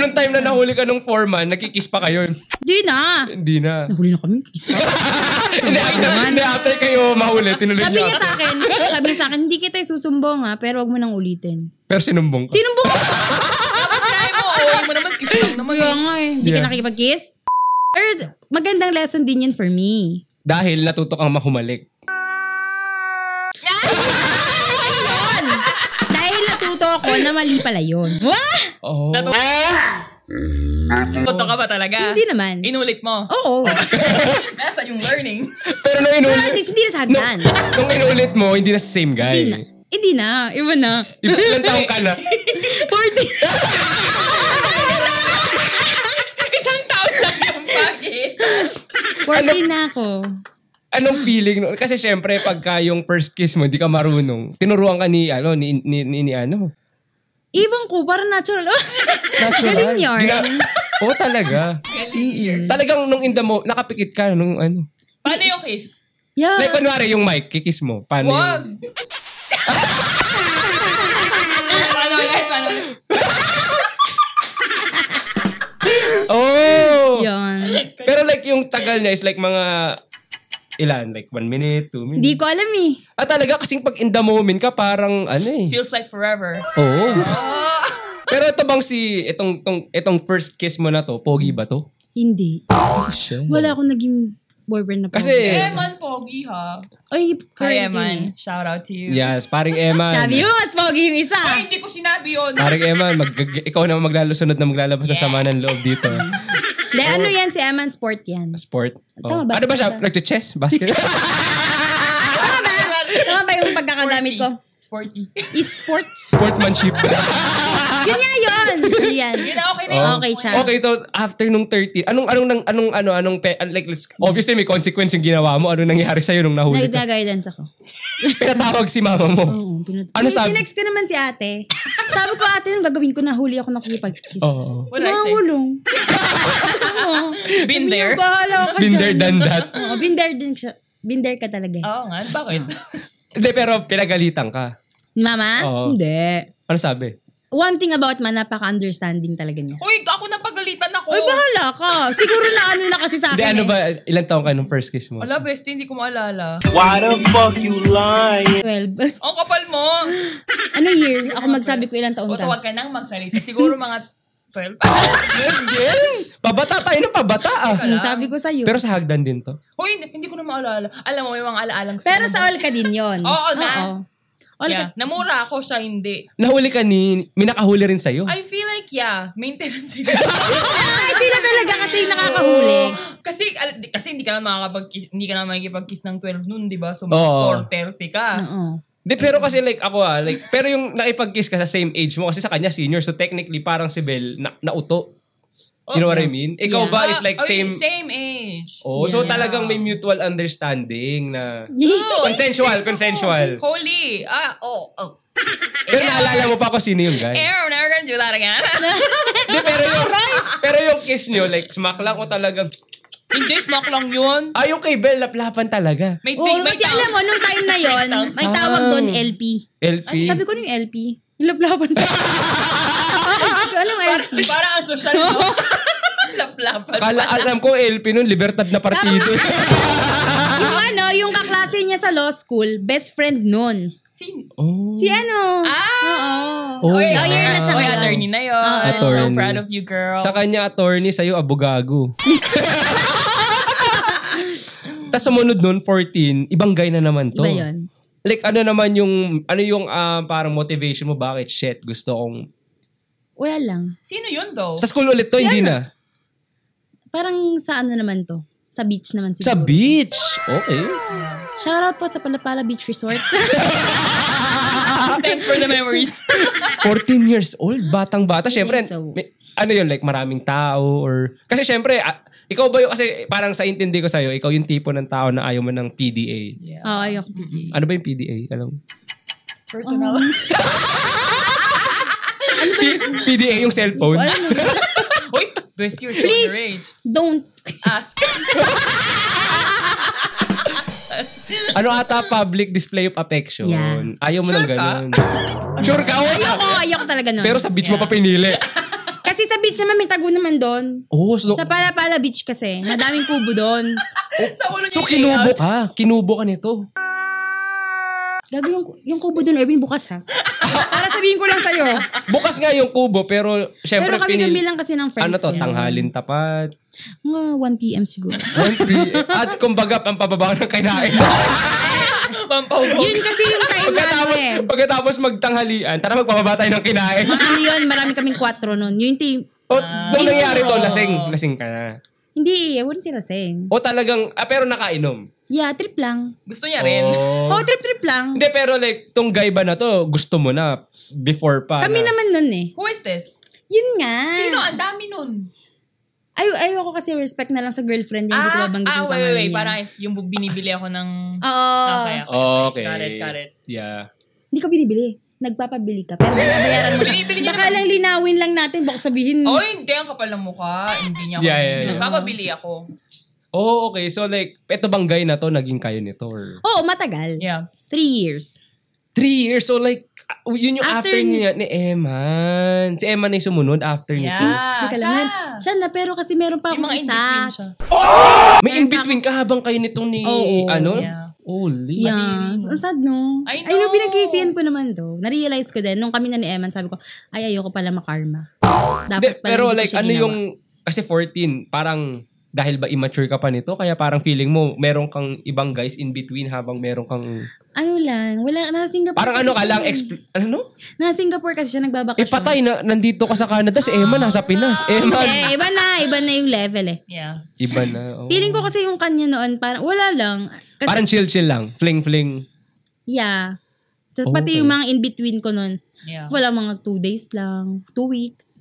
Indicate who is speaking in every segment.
Speaker 1: nung time na nahuli ka nung foreman, nagkikiss pa kayo.
Speaker 2: Hindi na.
Speaker 1: Hindi na.
Speaker 2: Nahuli na kami. Kiss pa.
Speaker 1: Hindi, hindi, after kayo mahuli, tinuloy
Speaker 2: Sabi
Speaker 1: niyo
Speaker 2: niya sa
Speaker 1: after.
Speaker 2: akin, sabi niya sa akin, hindi kita isusumbong ha, pero wag mo nang ulitin.
Speaker 1: Pero sinumbong ka.
Speaker 2: Sinumbong ko pa
Speaker 3: Try mo, oh, mo naman, kiss lang naman.
Speaker 2: Kaya nga eh. Hindi
Speaker 1: Yeah.
Speaker 2: ka nakikipag-kiss? Or, magandang lesson din yun for me.
Speaker 1: Dahil natuto kang mahumalik.
Speaker 2: Yun! Dahil natuto ako na mali pala yun. Wah!
Speaker 1: Oh.
Speaker 3: Natu- Totoo ka ba talaga?
Speaker 2: Hindi naman.
Speaker 3: Inulit mo.
Speaker 2: Oo.
Speaker 3: Nasaan yung learning?
Speaker 1: Pero nung
Speaker 2: Pero at
Speaker 1: inulit,
Speaker 2: least hindi na sa hagdan.
Speaker 1: nung inulit mo, hindi na same
Speaker 2: Hindi na.
Speaker 1: guy.
Speaker 2: Hindi na. Iba na.
Speaker 1: Iba- Ilang taong ka na?
Speaker 2: 40.
Speaker 3: Isang taon lang yung bagay.
Speaker 1: Ano
Speaker 2: 40 na ako.
Speaker 1: Anong feeling? nun? Kasi syempre, pagka yung first kiss mo, hindi ka marunong. Tinuruan ka ni, ano, ni, ni, ni, ni ano?
Speaker 2: Ibang ko, parang natural.
Speaker 1: Natural.
Speaker 2: Galing yarn.
Speaker 1: Gina- Oo, talaga. Talagang nung in the mo, nakapikit ka nung ano.
Speaker 3: Paano yung kiss?
Speaker 2: Yeah.
Speaker 1: Like, kunwari yung mic, kikis mo. Paano
Speaker 3: Wag!
Speaker 1: yung...
Speaker 3: Paano guys? Paano?
Speaker 1: Oh!
Speaker 2: Yun.
Speaker 1: Pero like, yung tagal niya is like mga... Ilan? Like, one minute, two minutes.
Speaker 2: Hindi ko alam eh.
Speaker 1: Ah, talaga? Kasing pag in the moment ka, parang ano eh.
Speaker 3: Feels like forever.
Speaker 1: Oo.
Speaker 2: Ah.
Speaker 1: Pero ito bang si... Itong, itong, itong first kiss mo na to, pogi ba to?
Speaker 2: Hindi.
Speaker 1: Oh, shit.
Speaker 2: Wala akong naging boyfriend na pa.
Speaker 1: Kasi...
Speaker 3: Eh, man, pogi ha.
Speaker 2: Ay,
Speaker 3: Kaya
Speaker 2: current
Speaker 3: man, shout out to you.
Speaker 1: Yes, paring Eman.
Speaker 2: Sabi mo, mas pogi yung isa.
Speaker 3: Ay, hindi ko sinabi yun.
Speaker 2: Ah,
Speaker 1: Paring Eman, mag, ikaw na maglalusunod na maglalabas ng sama ng loob dito.
Speaker 2: Hindi, ano yan? Si Eman Sport yan.
Speaker 1: Sport. Oh.
Speaker 2: Tama ba?
Speaker 1: Ano ba siya? Nagche-chess? Basket?
Speaker 2: Tama ba? Tama ba yung pagkakagamit ko?
Speaker 3: Sporty.
Speaker 2: Esports?
Speaker 1: Sportsmanship. Ah!
Speaker 2: Yun nga yun! Yun yan.
Speaker 3: Yun na, okay na yun.
Speaker 1: Oh.
Speaker 2: Okay siya.
Speaker 1: Okay, so after nung 30, anong anong nang anong ano anong pe, like let's- obviously may consequence yung ginawa mo. Ano nangyari sa nung nahuli ka?
Speaker 2: Nag-guidance ako.
Speaker 1: Pinatawag si mama mo.
Speaker 2: Oo, pinat-
Speaker 1: Ano sabi?
Speaker 2: Sinex ko naman si ate. Sabi ko, ate, yung gagawin ko na huli ako nakikipag-kiss.
Speaker 1: Oo.
Speaker 3: What did I say?
Speaker 2: Nahulong. Oo. Sabi
Speaker 3: Been
Speaker 2: niya,
Speaker 3: there?
Speaker 2: Bahala ka
Speaker 1: Been
Speaker 2: dyan."
Speaker 1: there, done that.
Speaker 2: Oo, been there din siya. Been there ka talaga eh.
Speaker 3: Oo nga, bakit?
Speaker 1: Hindi, pero pinagalitan ka.
Speaker 2: Mama?
Speaker 1: Oo.
Speaker 2: Hindi.
Speaker 1: Ano sabi?
Speaker 2: One thing about man, napaka-understanding talaga niya.
Speaker 3: Uy, ako napagalitan ako.
Speaker 2: Ay, bahala ka. Siguro na ano na kasi sa akin.
Speaker 1: Hindi, ano
Speaker 2: eh.
Speaker 1: ba, ilang taong ka nung first kiss mo?
Speaker 3: Wala, bestie, hindi ko maalala.
Speaker 4: Why the fuck you lying?
Speaker 2: 12.
Speaker 3: Ang kapal mo.
Speaker 2: ano year? Ako magsabi ko ilang taon
Speaker 3: O,
Speaker 2: ka.
Speaker 3: tawag ka nang magsalita. Siguro mga 12.
Speaker 1: Again? Pabata tayo ng pabata ah.
Speaker 2: Hmm, sabi ko sa'yo. Pero,
Speaker 1: Pero sa hagdan din to.
Speaker 3: Uy, hindi ko na maalala. Alam mo, may mga alaalang gusto ko
Speaker 2: sa all ka din yon.
Speaker 3: Oo na.
Speaker 2: All
Speaker 3: yeah.
Speaker 2: ka.
Speaker 3: Namura ako, siya hindi.
Speaker 1: Nahuli ka ni, may nakahuli rin sa'yo.
Speaker 3: I feel like, yeah, maintenance yun.
Speaker 2: Ah, sila talaga kasi yung nakakahuli.
Speaker 3: kasi, al- di- kasi hindi ka na makakapag-kiss, hindi ka na makikipag-kiss ng 12 noon, di ba? So,
Speaker 1: Oo.
Speaker 3: 4.30 ka. Diba,
Speaker 2: Oo.
Speaker 1: Di, pero kasi like ako ah, like, pero yung nakipag-kiss ka sa same age mo, kasi sa kanya senior, so technically parang si Belle na, nauto. You know what I mean? Ikaw
Speaker 2: Yeah.
Speaker 1: ba
Speaker 3: Ah,
Speaker 1: is Diba, like
Speaker 3: ay,
Speaker 1: same...
Speaker 3: Same age.
Speaker 1: Oh, so
Speaker 2: Yeah.
Speaker 1: talagang may mutual understanding na...
Speaker 3: Oh,
Speaker 1: Consensual, consensual.
Speaker 3: Holy. Ah, oh, oh.
Speaker 1: Pero naalala mo pa ako sino yung guy.
Speaker 3: Air, I'm never gonna do that again.
Speaker 1: Di, pero yung, pero yung kiss nyo, like, smack lang ko talagang...
Speaker 3: hindi, smack lang yun.
Speaker 1: Ah, yung kay Belle, laplapan talaga.
Speaker 3: May,
Speaker 2: Oo,
Speaker 3: may, may
Speaker 2: kasi alam mo, nung time na yon, may tawag doon
Speaker 1: Ah.
Speaker 2: LP.
Speaker 1: LP.
Speaker 2: Sabi ko ano yung LP. Yung laplapan pa. Sabi ko, anong LP?
Speaker 3: Parang ang social no? Laplapan.
Speaker 1: Kala, alam ko LP nun, libertad na partido.
Speaker 2: yung ano, yung kaklase niya sa law school, best friend nun.
Speaker 3: Sin?
Speaker 1: oh.
Speaker 2: Si ano?
Speaker 3: Ah!
Speaker 1: Oo.
Speaker 3: Oy,
Speaker 1: Oh,
Speaker 3: year
Speaker 1: yeah.
Speaker 3: na siya
Speaker 2: Oy,
Speaker 3: ngayon.
Speaker 2: attorney
Speaker 3: na yun.
Speaker 1: Attorney.
Speaker 3: So proud of you, girl.
Speaker 1: Sa kanya, attorney, sa'yo, abogago. Tapos sumunod nun, 14, ibang guy na naman to.
Speaker 2: Iba yun.
Speaker 1: Like, ano naman yung, ano yung ah, parang motivation mo, bakit, shit, gusto kong...
Speaker 2: Wala lang.
Speaker 3: Sino yun, though?
Speaker 1: Sa school ulit to, hindi na.
Speaker 2: Parang sa ano naman to? Sa beach naman siguro.
Speaker 1: Sa beach. Okay.
Speaker 2: Shoutout po sa Palapala Beach Resort.
Speaker 3: Ah, Thanks for the memories.
Speaker 1: 14 years old, batang-bata. Siyempre,
Speaker 2: so.
Speaker 1: may- ano yun, like maraming tao or... Kasi siyempre, ah, ikaw ba yung... Kasi parang sa intindi ko sa'yo, ikaw yung tipo ng tao na ayaw mo ng PDA.
Speaker 2: Oo, oh, ayoko.
Speaker 1: Ano ba yung PDA? Alam mo?
Speaker 3: Personal.
Speaker 2: Ano?
Speaker 1: P- PDA yung cellphone.
Speaker 2: Wala na.
Speaker 3: Uy, best year, show your age.
Speaker 2: Please, don't.
Speaker 3: Ask.
Speaker 1: Oh, ano ata public display of affection?
Speaker 2: Yeah.
Speaker 1: Ayaw mo
Speaker 3: Sure
Speaker 1: nang
Speaker 3: ka?
Speaker 2: Ano?
Speaker 1: ganun. sure ka? Wala.
Speaker 2: Ayoko, ayoko talaga nun.
Speaker 1: Pero sa beach mo
Speaker 3: Yeah.
Speaker 1: pa pinili.
Speaker 2: Kasi sa beach naman, may tago naman doon.
Speaker 1: Oh, so,
Speaker 2: Sa Palapala Beach kasi, madaming kubo doon.
Speaker 3: sa ulo niya.
Speaker 1: so
Speaker 3: yung
Speaker 1: kinubo
Speaker 3: layout.
Speaker 1: ka. Kinubo ka nito.
Speaker 2: Gago yung, yung kubo doon, Erwin, bukas ha. Para sabihin ko lang sa'yo.
Speaker 1: Bukas nga yung kubo, pero syempre
Speaker 2: Pero kami
Speaker 1: pinili-
Speaker 2: kami lang kasi ng friends
Speaker 1: Ano to,
Speaker 2: ko.
Speaker 1: tanghalin tapat.
Speaker 2: Mga 1pm siguro.
Speaker 1: 1 p.m. At kumbaga, pampababa ng kainain.
Speaker 3: Pampahubog.
Speaker 2: Yun kasi yung time na ano
Speaker 1: pagkatapos,
Speaker 2: eh.
Speaker 1: pagkatapos magtanghalian, tara magpapababa tayo ng kinain.
Speaker 2: Mga ano yun, marami kaming 4 noon. Yun yung team.
Speaker 1: O, doon nangyari to, lasing. Lasing ka na.
Speaker 2: Hindi, I wouldn't say lasing.
Speaker 1: O talagang, ah, pero nakainom.
Speaker 2: Yeah, trip lang.
Speaker 3: Gusto niya rin.
Speaker 1: Oh.
Speaker 2: Oh, trip-trip lang.
Speaker 1: Hindi, pero like, tong guy ba na to, gusto mo na before pa.
Speaker 2: Kami
Speaker 1: na,
Speaker 2: naman nun eh.
Speaker 3: Who is this?
Speaker 2: Yun nga.
Speaker 3: Sino? Ang dami nun.
Speaker 2: Ay, ayaw ko kasi respect na lang sa girlfriend niya. Hindi ko babanggitin
Speaker 3: ah,
Speaker 2: yung
Speaker 3: wait, wait,
Speaker 2: pangalan
Speaker 3: wait.
Speaker 2: niya. Ah.
Speaker 3: Parang yung bu- binibili ako ng...
Speaker 2: Oo.
Speaker 3: Okay, okay.
Speaker 1: Okay.
Speaker 3: Got it, got it.
Speaker 1: Yeah.
Speaker 2: Hindi ko binibili. Nagpapabili ka. Pero binabayaran mo siya.
Speaker 3: Binibili niya
Speaker 2: Baka lang linawin lang natin. Baka sabihin.
Speaker 3: Oh, hindi. Ang kapal ng mukha. Hindi niya ako.
Speaker 1: Yeah, yeah, yeah.
Speaker 3: Nagpapabili ako.
Speaker 1: Oh, okay. So like, eto bang guy na to, naging kayo nito? Or...
Speaker 2: Oo, matagal.
Speaker 3: Yeah.
Speaker 2: Three years.
Speaker 1: Three years. So like, ah, yun yung after,
Speaker 2: After
Speaker 1: niya ni Eman. Si Eman na yung sumunod after nito.
Speaker 3: Yeah.
Speaker 2: Teka lang,
Speaker 3: Ah, siya.
Speaker 2: yan. Siya na, pero kasi meron pa
Speaker 3: Yung
Speaker 2: akong
Speaker 3: mga
Speaker 2: isa.
Speaker 3: in-between siya.
Speaker 1: May in-between ka habang kayo nito ni,
Speaker 2: Oo,
Speaker 1: ano?
Speaker 3: yeah.
Speaker 1: Holy.
Speaker 2: Yeah. Ang sad, no?
Speaker 3: I
Speaker 2: Ay, no,
Speaker 3: know.
Speaker 2: pinag-iisihan ko naman to. Narealize ko din, nung kami na ni Eman, sabi ko, ay, ayoko pala makarma.
Speaker 1: Hindi,
Speaker 2: Dapat pala
Speaker 1: pero
Speaker 2: hindi ko
Speaker 1: like,
Speaker 2: siya
Speaker 1: ano
Speaker 2: ginawa.
Speaker 1: yung, kasi 14, parang, dahil ba immature ka pa nito, kaya parang feeling mo, meron kang ibang guys in between habang meron kang,
Speaker 2: Ano lang, wala, nasa Singapore.
Speaker 1: parang ano ka
Speaker 2: kasi
Speaker 1: lang,
Speaker 2: siya.
Speaker 1: expl- ano?
Speaker 2: Nasa Singapore kasi siya nagbabakasyon.
Speaker 1: Eh patay, na, nandito ka sa Canada, si Emma nasa Pinas. Emma,
Speaker 2: Eh, iba na, iba na yung level eh.
Speaker 3: Yeah.
Speaker 1: iba na. oh.
Speaker 2: Feeling ko kasi yung kanya noon, parang wala lang. Kasi,
Speaker 1: Parang chill-chill lang, fling-fling.
Speaker 2: yeah. Tapos
Speaker 1: Oh,
Speaker 2: pati
Speaker 1: okay.
Speaker 2: yung mga in-between ko noon,
Speaker 3: Yeah.
Speaker 2: wala mga two days lang, two weeks.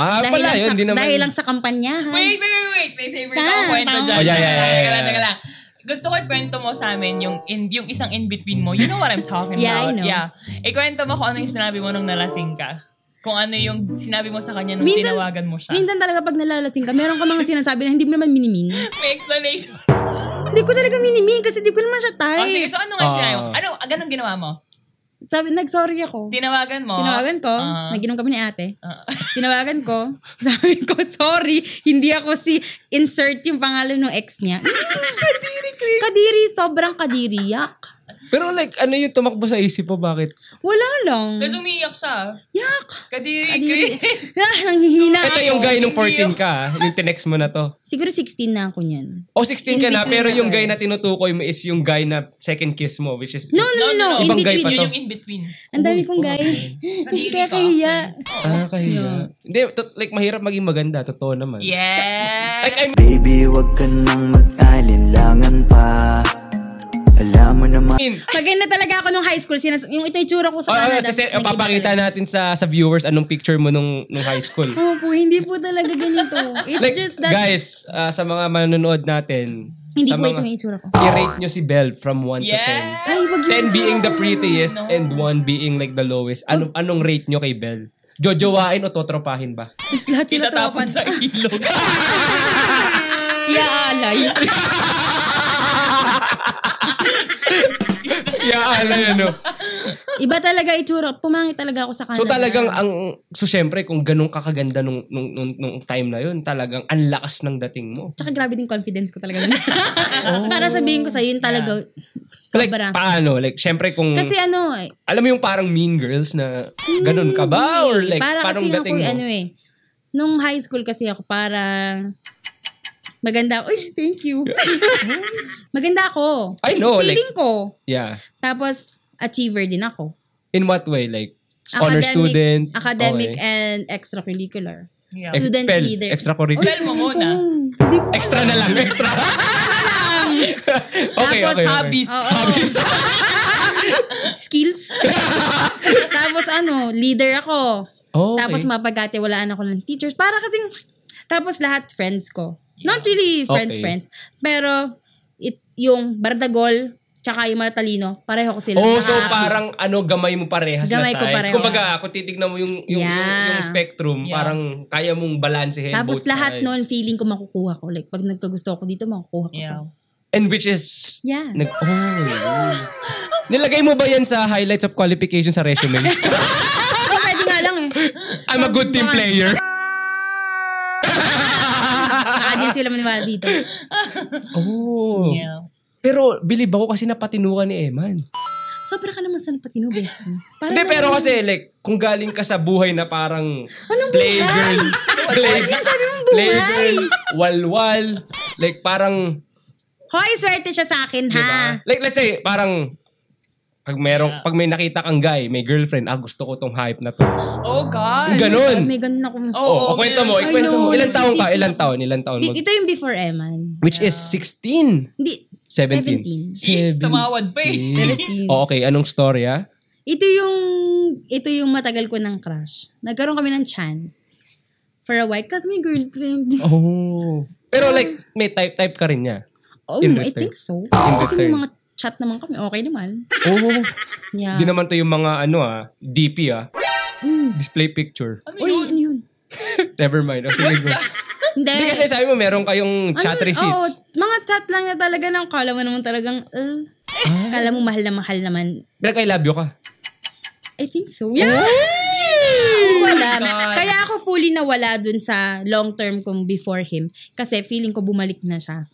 Speaker 1: Ah,
Speaker 2: dahil,
Speaker 1: pala
Speaker 2: lang
Speaker 1: yun,
Speaker 2: sa,
Speaker 1: di naman.
Speaker 2: dahil lang sa kampanyahan.
Speaker 3: Wait, wait, wait, wait. May favorite akong
Speaker 2: Ah,
Speaker 3: kwento
Speaker 2: tama.
Speaker 3: dyan.
Speaker 1: Oh, yeah, yeah, yeah, yeah,
Speaker 3: Teka lang,
Speaker 1: yeah.
Speaker 3: teka lang. Gusto ko ikwento mo sa amin yung, in, yung isang in-between mo. You know what I'm talking
Speaker 2: Yeah, I
Speaker 3: about.
Speaker 2: know.
Speaker 3: Yeah, Ikwento mo kung ano yung sinabi mo nung nalasing ka. Kung ano yung sinabi mo sa kanya nung
Speaker 2: Minsan-
Speaker 3: tinawagan mo siya.
Speaker 2: Minsan talaga pag nalalasing ka, meron ka mga sinasabi na hindi mo naman minimin.
Speaker 3: May explanation.
Speaker 2: Hindi ko talaga minimin kasi di ko naman siya
Speaker 3: Oh, sige,
Speaker 2: tay.
Speaker 3: so ano nga
Speaker 1: Ah.
Speaker 3: sinabi mo? Ano, ah, ganun ginawa mo?
Speaker 2: Sabi, nag-sorry ako.
Speaker 3: Tinawagan mo?
Speaker 2: Tinawagan ko,
Speaker 3: Ah.
Speaker 2: naginom kami ni ate.
Speaker 3: Ah.
Speaker 2: Tinawagan ko, sabi ko, sorry, hindi ako si insert yung pangalan ng ex niya. kadiri, Kadiri, sobrang kadiri, yak.
Speaker 1: Pero like, ano yung tumakbo sa isip mo, bakit?
Speaker 2: Wala lang.
Speaker 3: Tapos umiiyak siya.
Speaker 2: Yak.
Speaker 3: Kadiri,
Speaker 2: Kadiri. ah, nanghihina
Speaker 1: Ito
Speaker 2: ako.
Speaker 1: yung guy nung 14 ka, ah, yung tinext mo na to.
Speaker 2: Siguro 16 na ako niyan.
Speaker 1: O 16 ka na,
Speaker 2: In-between
Speaker 1: pero
Speaker 2: na
Speaker 1: yung
Speaker 2: to
Speaker 1: guy
Speaker 2: eh.
Speaker 1: na tinutukoy mo is yung guy na second kiss mo, which is...
Speaker 2: No, no, no, no. In
Speaker 1: Ibang guy
Speaker 2: between.
Speaker 1: pa to.
Speaker 3: Yun yung in-between.
Speaker 2: Ang dami kong guy.
Speaker 3: Kadiri
Speaker 2: Kaya
Speaker 3: ka.
Speaker 2: kahiya.
Speaker 1: Ah, kahiya. Hindi, to- like, mahirap maging maganda. Totoo naman.
Speaker 3: Yeah.
Speaker 1: Like, I
Speaker 5: Baby, wag ka nang mag-alinlangan pa Alam mo naman
Speaker 1: mean,
Speaker 2: Maganda talaga ako nung high school. Sinas yung ito yung tsura ko sa
Speaker 1: oh,
Speaker 2: Canada.
Speaker 1: oh, sa- sa- papakita natin sa sa viewers anong picture mo nung, nung high school.
Speaker 2: Oo po, hindi po talaga ganito. It's
Speaker 1: Like,
Speaker 2: just that,
Speaker 1: guys, ah, sa mga manonood natin,
Speaker 2: hindi
Speaker 1: sa
Speaker 2: po ito
Speaker 1: mga,
Speaker 2: yung itsura ko.
Speaker 1: i-rate nyo si Belle from 1
Speaker 3: Yeah.
Speaker 1: to
Speaker 2: Ay, wag
Speaker 1: 10. 10 being the prettiest and 1 being like the lowest.
Speaker 2: Oh.
Speaker 1: Anong, anong rate nyo kay Belle? Jojowain o totropahin ba?
Speaker 2: yun. Lahat sila
Speaker 3: Itatapon sa ilog.
Speaker 2: Iaalay.
Speaker 1: yeah, alam yun, no?
Speaker 2: Iba talaga itsura. Pumangit talaga ako sa Canada.
Speaker 1: So talagang ang so syempre kung ganun kakaganda nung nung, nung, nung time na yun, talagang ang lakas ng dating mo.
Speaker 2: Tsaka grabe din confidence ko talaga. Para sabihin ko sa yun talaga.
Speaker 1: Oh. Like
Speaker 2: Sobra.
Speaker 1: paano? Like syempre kung
Speaker 2: Kasi ano eh.
Speaker 1: alam mo yung parang mean girls na ganun ka ba or like
Speaker 2: Para
Speaker 1: parang
Speaker 2: kasi
Speaker 1: dating
Speaker 2: ako,
Speaker 1: mo?
Speaker 2: ano eh, nung high school kasi ako parang maganda. Uy, thank you. maganda ako.
Speaker 1: I know, like-
Speaker 2: Feeling ko.
Speaker 1: yeah.
Speaker 2: Tapos, achiever din ako.
Speaker 1: In what way like honor student,
Speaker 2: Academic
Speaker 1: Okay.
Speaker 2: and extracurricular.
Speaker 3: Yeah.
Speaker 1: Ex-
Speaker 2: student
Speaker 1: spell,
Speaker 2: leader.
Speaker 1: Extracurricular.
Speaker 3: Tell mo muna.
Speaker 2: Hindi ko.
Speaker 1: Extra na lang, extra. okay,
Speaker 2: Tapos
Speaker 1: okay, okay.
Speaker 3: hobbies.
Speaker 2: Oo.
Speaker 1: Hobbies.
Speaker 2: Skills. Tapos ano, leader ako.
Speaker 1: Oh, Okay.
Speaker 2: Tapos mapagkatiwalaan ako ng teachers. Para kasing, tapos lahat friends ko. Not really friends,
Speaker 1: Okay.
Speaker 2: friends. Pero, it's yung Bardagol, tsaka yung matalino, pareho ko sila.
Speaker 1: Oh, so
Speaker 2: Nakaka-
Speaker 1: parang ano, gamay mo parehas
Speaker 2: Gamay
Speaker 1: na
Speaker 2: ko
Speaker 1: sides.
Speaker 2: pareho.
Speaker 1: Kumbaga, kung titignan mo yung, yung, yung,
Speaker 2: Yeah.
Speaker 1: yung spectrum,
Speaker 3: Yeah.
Speaker 1: parang kaya mong balansehin
Speaker 2: Tapos
Speaker 1: both
Speaker 2: lahat
Speaker 1: sides.
Speaker 2: nun, feeling ko makukuha ko. Like, pag nagkagusto ako dito, makukuha ko to.
Speaker 3: Yeah.
Speaker 1: And which is...
Speaker 2: Yeah.
Speaker 1: Nag, oh, yeah. Nilagay mo ba yan sa highlights of qualification sa resume?
Speaker 2: Pero pwede nga lang eh.
Speaker 1: I'm a good team player.
Speaker 2: against sila maniwala dito.
Speaker 1: Oh.
Speaker 3: Yeah.
Speaker 1: Pero bilib ako kasi napatinukan ni Eman.
Speaker 2: Sobra ka naman sa napatino, best mo. Parang
Speaker 1: Hindi, pero
Speaker 2: naman-
Speaker 1: kasi like, kung galing ka sa buhay na parang
Speaker 2: Anong
Speaker 1: playgirl, play,
Speaker 2: Sinasabi mong buhay?
Speaker 1: playgirl, walwal, like parang,
Speaker 2: Hoy, swerte siya sa akin,
Speaker 1: di
Speaker 2: ha?
Speaker 1: ba? Like let's say, parang, pag merong, pag may nakita kang guy, may girlfriend, ah gusto ko tong hype na to.
Speaker 3: Oh, God.
Speaker 1: Ganon.
Speaker 2: May ganun ako.
Speaker 1: Oh,
Speaker 3: Oo,
Speaker 1: oh, kwento mo,
Speaker 3: ganun.
Speaker 2: I
Speaker 1: ikwento mo.
Speaker 2: know.
Speaker 1: Ilan taon ka? Ilan taon? Ilan taon?
Speaker 2: Di-
Speaker 1: Mag-
Speaker 2: Ito yung before Eman.
Speaker 1: which is 16.
Speaker 2: Hindi,
Speaker 1: 17.
Speaker 3: 17. Tumawad pa eh.
Speaker 2: 17.
Speaker 1: Oh, okay, anong story ah?
Speaker 2: Ito yung ito yung matagal ko ng crush. Nagkaroon kami ng chance for a while kasi may girlfriend.
Speaker 1: Oh. Pero like, may type-type ka rin niya.
Speaker 2: Oh,
Speaker 1: in
Speaker 2: I
Speaker 1: return.
Speaker 2: think so.
Speaker 1: In
Speaker 2: kasi
Speaker 1: return.
Speaker 2: may mga chat naman kami. Okay naman.
Speaker 1: Oh.
Speaker 2: Yeah.
Speaker 1: Di naman to yung mga ano ah, DP ah.
Speaker 2: Mm.
Speaker 1: Display picture.
Speaker 3: Ano
Speaker 2: Uy,
Speaker 3: yun?
Speaker 2: ano yun?
Speaker 1: Never mind. Oh, sige, go.
Speaker 2: Hindi.
Speaker 1: Hindi kasi sabi mo, meron kayong
Speaker 2: Ano
Speaker 1: chat
Speaker 2: yun?
Speaker 1: receipts.
Speaker 2: Oo, mga chat lang na talaga ng kala mo naman talagang, uh,
Speaker 1: Ah.
Speaker 2: kala mo mahal na mahal naman.
Speaker 1: Pero kay Labio ka.
Speaker 2: I think so.
Speaker 1: Oh.
Speaker 2: Yeah! Wala.
Speaker 3: God.
Speaker 2: Kaya ako fully nawala dun sa long term kong before him. Kasi feeling ko bumalik na siya.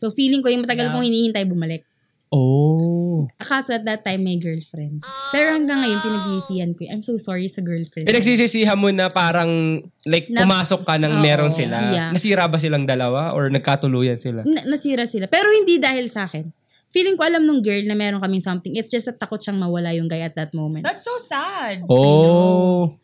Speaker 2: So feeling ko yung matagal
Speaker 3: Yeah.
Speaker 2: kong hinihintay bumalik.
Speaker 1: Oh.
Speaker 2: Kaso at that time, may girlfriend. Pero hanggang ngayon, pinagsisihan ko. yun. I'm so sorry sa girlfriend.
Speaker 1: Pinagsisisihan mo na parang like
Speaker 2: Na-
Speaker 1: pumasok ka ng
Speaker 3: Oo,
Speaker 1: meron sila.
Speaker 2: yeah.
Speaker 1: Nasira ba silang dalawa or nagkatuluyan sila?
Speaker 2: Na- nasira sila. Pero hindi dahil sa akin. Feeling ko alam nung girl na meron kaming something. It's just that takot siyang mawala yung guy at that moment.
Speaker 3: That's so sad.
Speaker 1: Oh.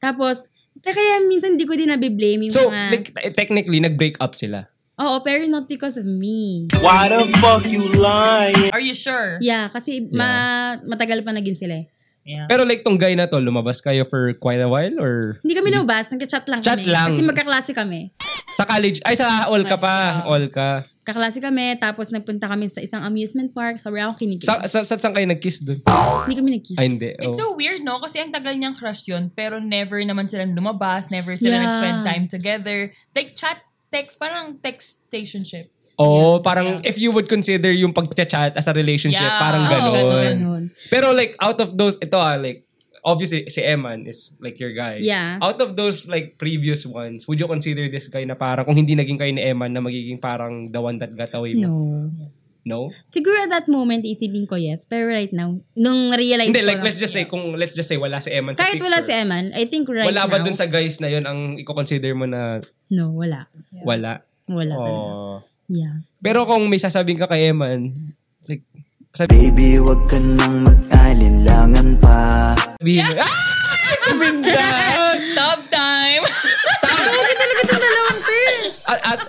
Speaker 2: Tapos, eh, kaya minsan hindi ko din nabiblame yung
Speaker 1: So,
Speaker 2: mga...
Speaker 1: like, te- technically, nag-break up sila.
Speaker 2: Oo, pero not because of me.
Speaker 4: Why the fuck you lying?
Speaker 3: Are you sure?
Speaker 2: Yeah, kasi ma- matagal pa naging sila eh.
Speaker 3: Yeah.
Speaker 1: Pero like, tong guy na to, lumabas kayo for quite a while or
Speaker 2: Hindi kami nabas, nagka-chat lang
Speaker 1: Chat
Speaker 2: kami.
Speaker 1: lang.
Speaker 2: Kasi magkaklase kami.
Speaker 1: sa college? Ay, sa all ka pa. All ka.
Speaker 2: Kaklase kami, tapos nagpunta kami sa isang amusement park. Sabi ako kinikilig.
Speaker 1: Sa, sa, sa, saan kayo nag-kiss dun?
Speaker 2: hindi kami nag-kiss.
Speaker 1: Ay, hindi.
Speaker 3: It's
Speaker 1: Oh.
Speaker 3: so weird, no? Kasi ang tagal niyang crush yun, pero never naman sila lumabas, never sila
Speaker 2: Yeah.
Speaker 3: nag-spend time together. Like, chat, text, parang text stationship.
Speaker 1: Oh, parang if you would consider yung pag-chat as a relationship,
Speaker 3: Yeah.
Speaker 1: parang
Speaker 3: Oo,
Speaker 1: ganun.
Speaker 2: ganun.
Speaker 1: Pero like out of those ito ah, like obviously si Eman is like your guy.
Speaker 2: Yeah.
Speaker 1: Out of those like previous ones, would you consider this guy na parang kung hindi naging kayo ni Eman na magiging parang the one that got away mo?
Speaker 2: No.
Speaker 1: No?
Speaker 2: Siguro at that moment, isipin ko yes. Pero right now, nung realize
Speaker 1: Hindi,
Speaker 2: ko
Speaker 1: like
Speaker 2: lang-
Speaker 1: let's just say kung let's just say wala si Eman sa
Speaker 2: Kahit
Speaker 1: picture.
Speaker 2: wala si Eman, I think right
Speaker 1: Wala
Speaker 2: now...
Speaker 1: ba dun sa guys na yon ang i-consider mo na
Speaker 2: No, wala.
Speaker 1: wala?
Speaker 2: Wala talaga.
Speaker 1: Oh.
Speaker 2: Yeah.
Speaker 1: Pero kung may sasabihin ka kay Eman, like sabihin
Speaker 5: Baby, wag ka nang mag-alinlangan pa
Speaker 1: mo, ah! Binda!
Speaker 3: Top time!
Speaker 2: Ah,
Speaker 1: at, at,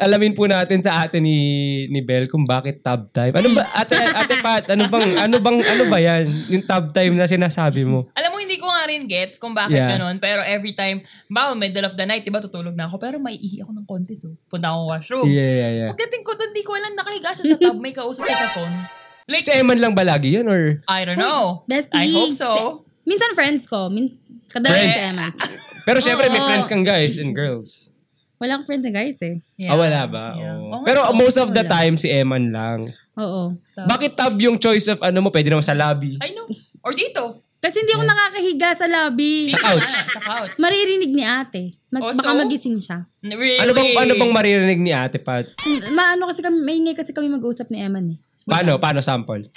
Speaker 1: alamin po natin sa atin ni ni Bel kung bakit tab time. Ano ba ate ate Pat, ano bang ano bang ano ba 'yan? Yung tab time na sinasabi mo.
Speaker 3: Alam mo, hindi ko nga rin gets kung bakit
Speaker 1: Yeah.
Speaker 3: ganun. Pero every time, bawa middle of the night, diba tutulog na ako. Pero may ihi ako ng konti. So, punta akong washroom.
Speaker 1: Yeah, yeah,
Speaker 2: Eh.
Speaker 1: yeah.
Speaker 3: Pagdating ko doon, di ko alam nakahiga siya sa tub. May kausap siya sa phone.
Speaker 1: Like, si Eman lang ba lagi 'yan or
Speaker 3: I don't know.
Speaker 2: Bestie.
Speaker 3: I hope so.
Speaker 2: Minsan friends ko. Min- Kadalas
Speaker 1: Friends.
Speaker 2: si Eman.
Speaker 1: Pero syempre may
Speaker 3: Oo.
Speaker 1: friends kang guys and girls.
Speaker 2: Wala akong friends na guys eh.
Speaker 1: Ah, wala ba?
Speaker 3: Yeah.
Speaker 1: Oo.
Speaker 3: Oh my
Speaker 1: Pero
Speaker 3: God.
Speaker 1: most of the
Speaker 2: wala.
Speaker 1: time si Eman lang.
Speaker 2: Oo.
Speaker 1: Bakit tab yung choice of ano mo? Pwede naman sa lobby,
Speaker 3: I know. Or dito. Ah,
Speaker 2: Kasi hindi ako nakakahiga sa lobby.
Speaker 1: sa couch.
Speaker 3: Sa couch.
Speaker 2: Maririnig ni ate. Mag-
Speaker 3: Oh,
Speaker 2: baka
Speaker 3: so?
Speaker 2: magising siya.
Speaker 3: Really?
Speaker 1: Ano bang ano bang maririnig ni Ate Pat?
Speaker 2: Maano kasi kami, maingay kasi kami mag-usap ni Eman eh.
Speaker 1: Paano? Paano sample?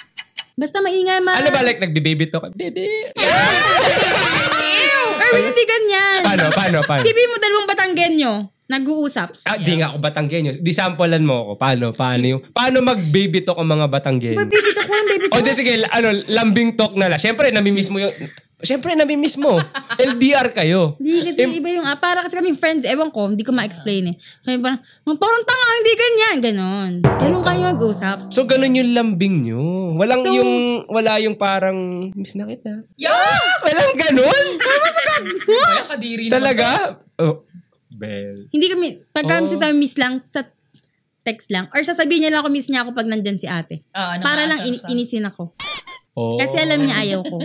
Speaker 2: Basta maingay ma.
Speaker 1: Ano ba like nagbe-baby talk? Baby.
Speaker 2: Ew! Erwin, hindi ganyan.
Speaker 1: Ano? Paano? Paano? Paano?
Speaker 2: Sipin mo dalawang batanggenyo, nag-uusap.
Speaker 1: Ah, di nga ako Batanggenyo. Di sampulan mo ako. Paano? Paano yung... Paano mag-baby talk ang mga Batanggenyo?
Speaker 2: Baby, bito ko lang, baby
Speaker 1: O
Speaker 2: ko.
Speaker 1: di sige, la- ano, lambing talk na lang. Siyempre, namimiss mo yung... Siyempre, namimiss mo. LDR kayo.
Speaker 2: Hindi kasi iba yung, ah, para kasi kaming friends, ewan ko, hindi ko ma-explain eh. Kami parang, "Ma, parang tanga, hindi ganyan, ganon. Ganon kayo mag-usap.
Speaker 1: So, ganun yung lambing nyo. Walang
Speaker 2: So-
Speaker 1: yung... Wala yung parang... Miss na kita.
Speaker 3: Yeah!
Speaker 1: Walang ganun?
Speaker 3: Kaya kadiri naman.
Speaker 1: Talaga? Oh, Bell.
Speaker 2: Hindi kami, pag kami
Speaker 1: Oh.
Speaker 2: sa miss lang, sa text lang. Or sasabihin niya lang ako miss niya ako pag nandyan si ate.
Speaker 3: Ah, ano,
Speaker 2: Para lang
Speaker 3: maasar
Speaker 2: in-
Speaker 3: siya.
Speaker 2: inisin ako.
Speaker 1: Oh.
Speaker 2: Kasi alam niya ayaw ko.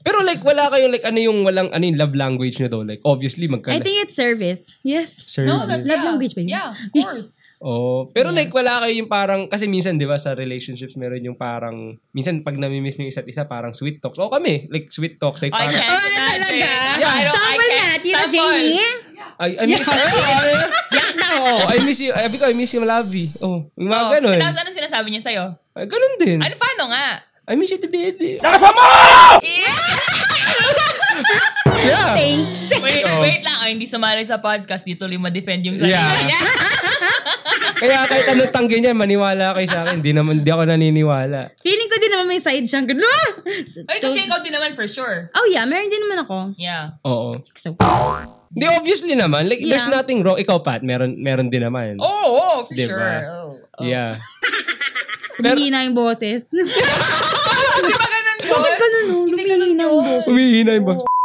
Speaker 1: Pero like, wala kayong like, ano yung walang, ano yung love language nyo daw? Like, obviously, magka...
Speaker 2: I think it's service. Yes.
Speaker 1: Service.
Speaker 3: No, that's,
Speaker 2: Love
Speaker 3: yeah.
Speaker 2: language ba yun?
Speaker 3: Yeah, of course.
Speaker 1: Oh, pero like wala kayo yung parang kasi minsan 'di ba sa relationships meron yung parang minsan pag nami-miss niyo yung isa't isa parang sweet talks. O kami, like sweet talks like
Speaker 3: I
Speaker 1: parang
Speaker 3: can't.
Speaker 2: talaga?
Speaker 3: Yeah, I don't, I
Speaker 2: Sample
Speaker 3: can't.
Speaker 2: natin na,
Speaker 3: Sample.
Speaker 2: Jamie.
Speaker 1: I, I miss,
Speaker 2: Yeah.
Speaker 1: oh,
Speaker 2: Yak na ako.
Speaker 1: I miss you, sabi ko, I miss you, Lavi. Oh, yung mga
Speaker 3: Oo.
Speaker 1: ganun.
Speaker 3: Tapos anong sinasabi niya sa'yo?
Speaker 1: Ah, ganun din.
Speaker 3: Ano paano nga?
Speaker 1: I miss you to baby. Yeah.
Speaker 2: Thanks.
Speaker 3: Wait, wait lang. Ay, hindi sumalay sa podcast. Di tuloy ma-defend yung sarili.
Speaker 1: Yeah.
Speaker 3: niya.
Speaker 1: Kaya kahit anong tanggi niya, maniwala kayo sa akin. Di naman, di ako naniniwala.
Speaker 2: Feeling ko din naman may side siyang ganun. Ah!
Speaker 3: Ay, kasi ikaw din naman for sure.
Speaker 2: Oh yeah, meron din naman ako.
Speaker 3: Yeah.
Speaker 1: Oo.
Speaker 2: So,
Speaker 1: Di obviously naman, like there's
Speaker 2: Yeah.
Speaker 1: nothing wrong. Ikaw Pat, meron meron din naman.
Speaker 3: Oo, oh, for
Speaker 1: Diba?
Speaker 3: sure. Oh, oh.
Speaker 1: Yeah. Pero-
Speaker 2: bihina yung boses.
Speaker 3: Di ba ganun yun?
Speaker 2: Bakit ganun? Lumihina yung boses.
Speaker 1: Umihina yung boss.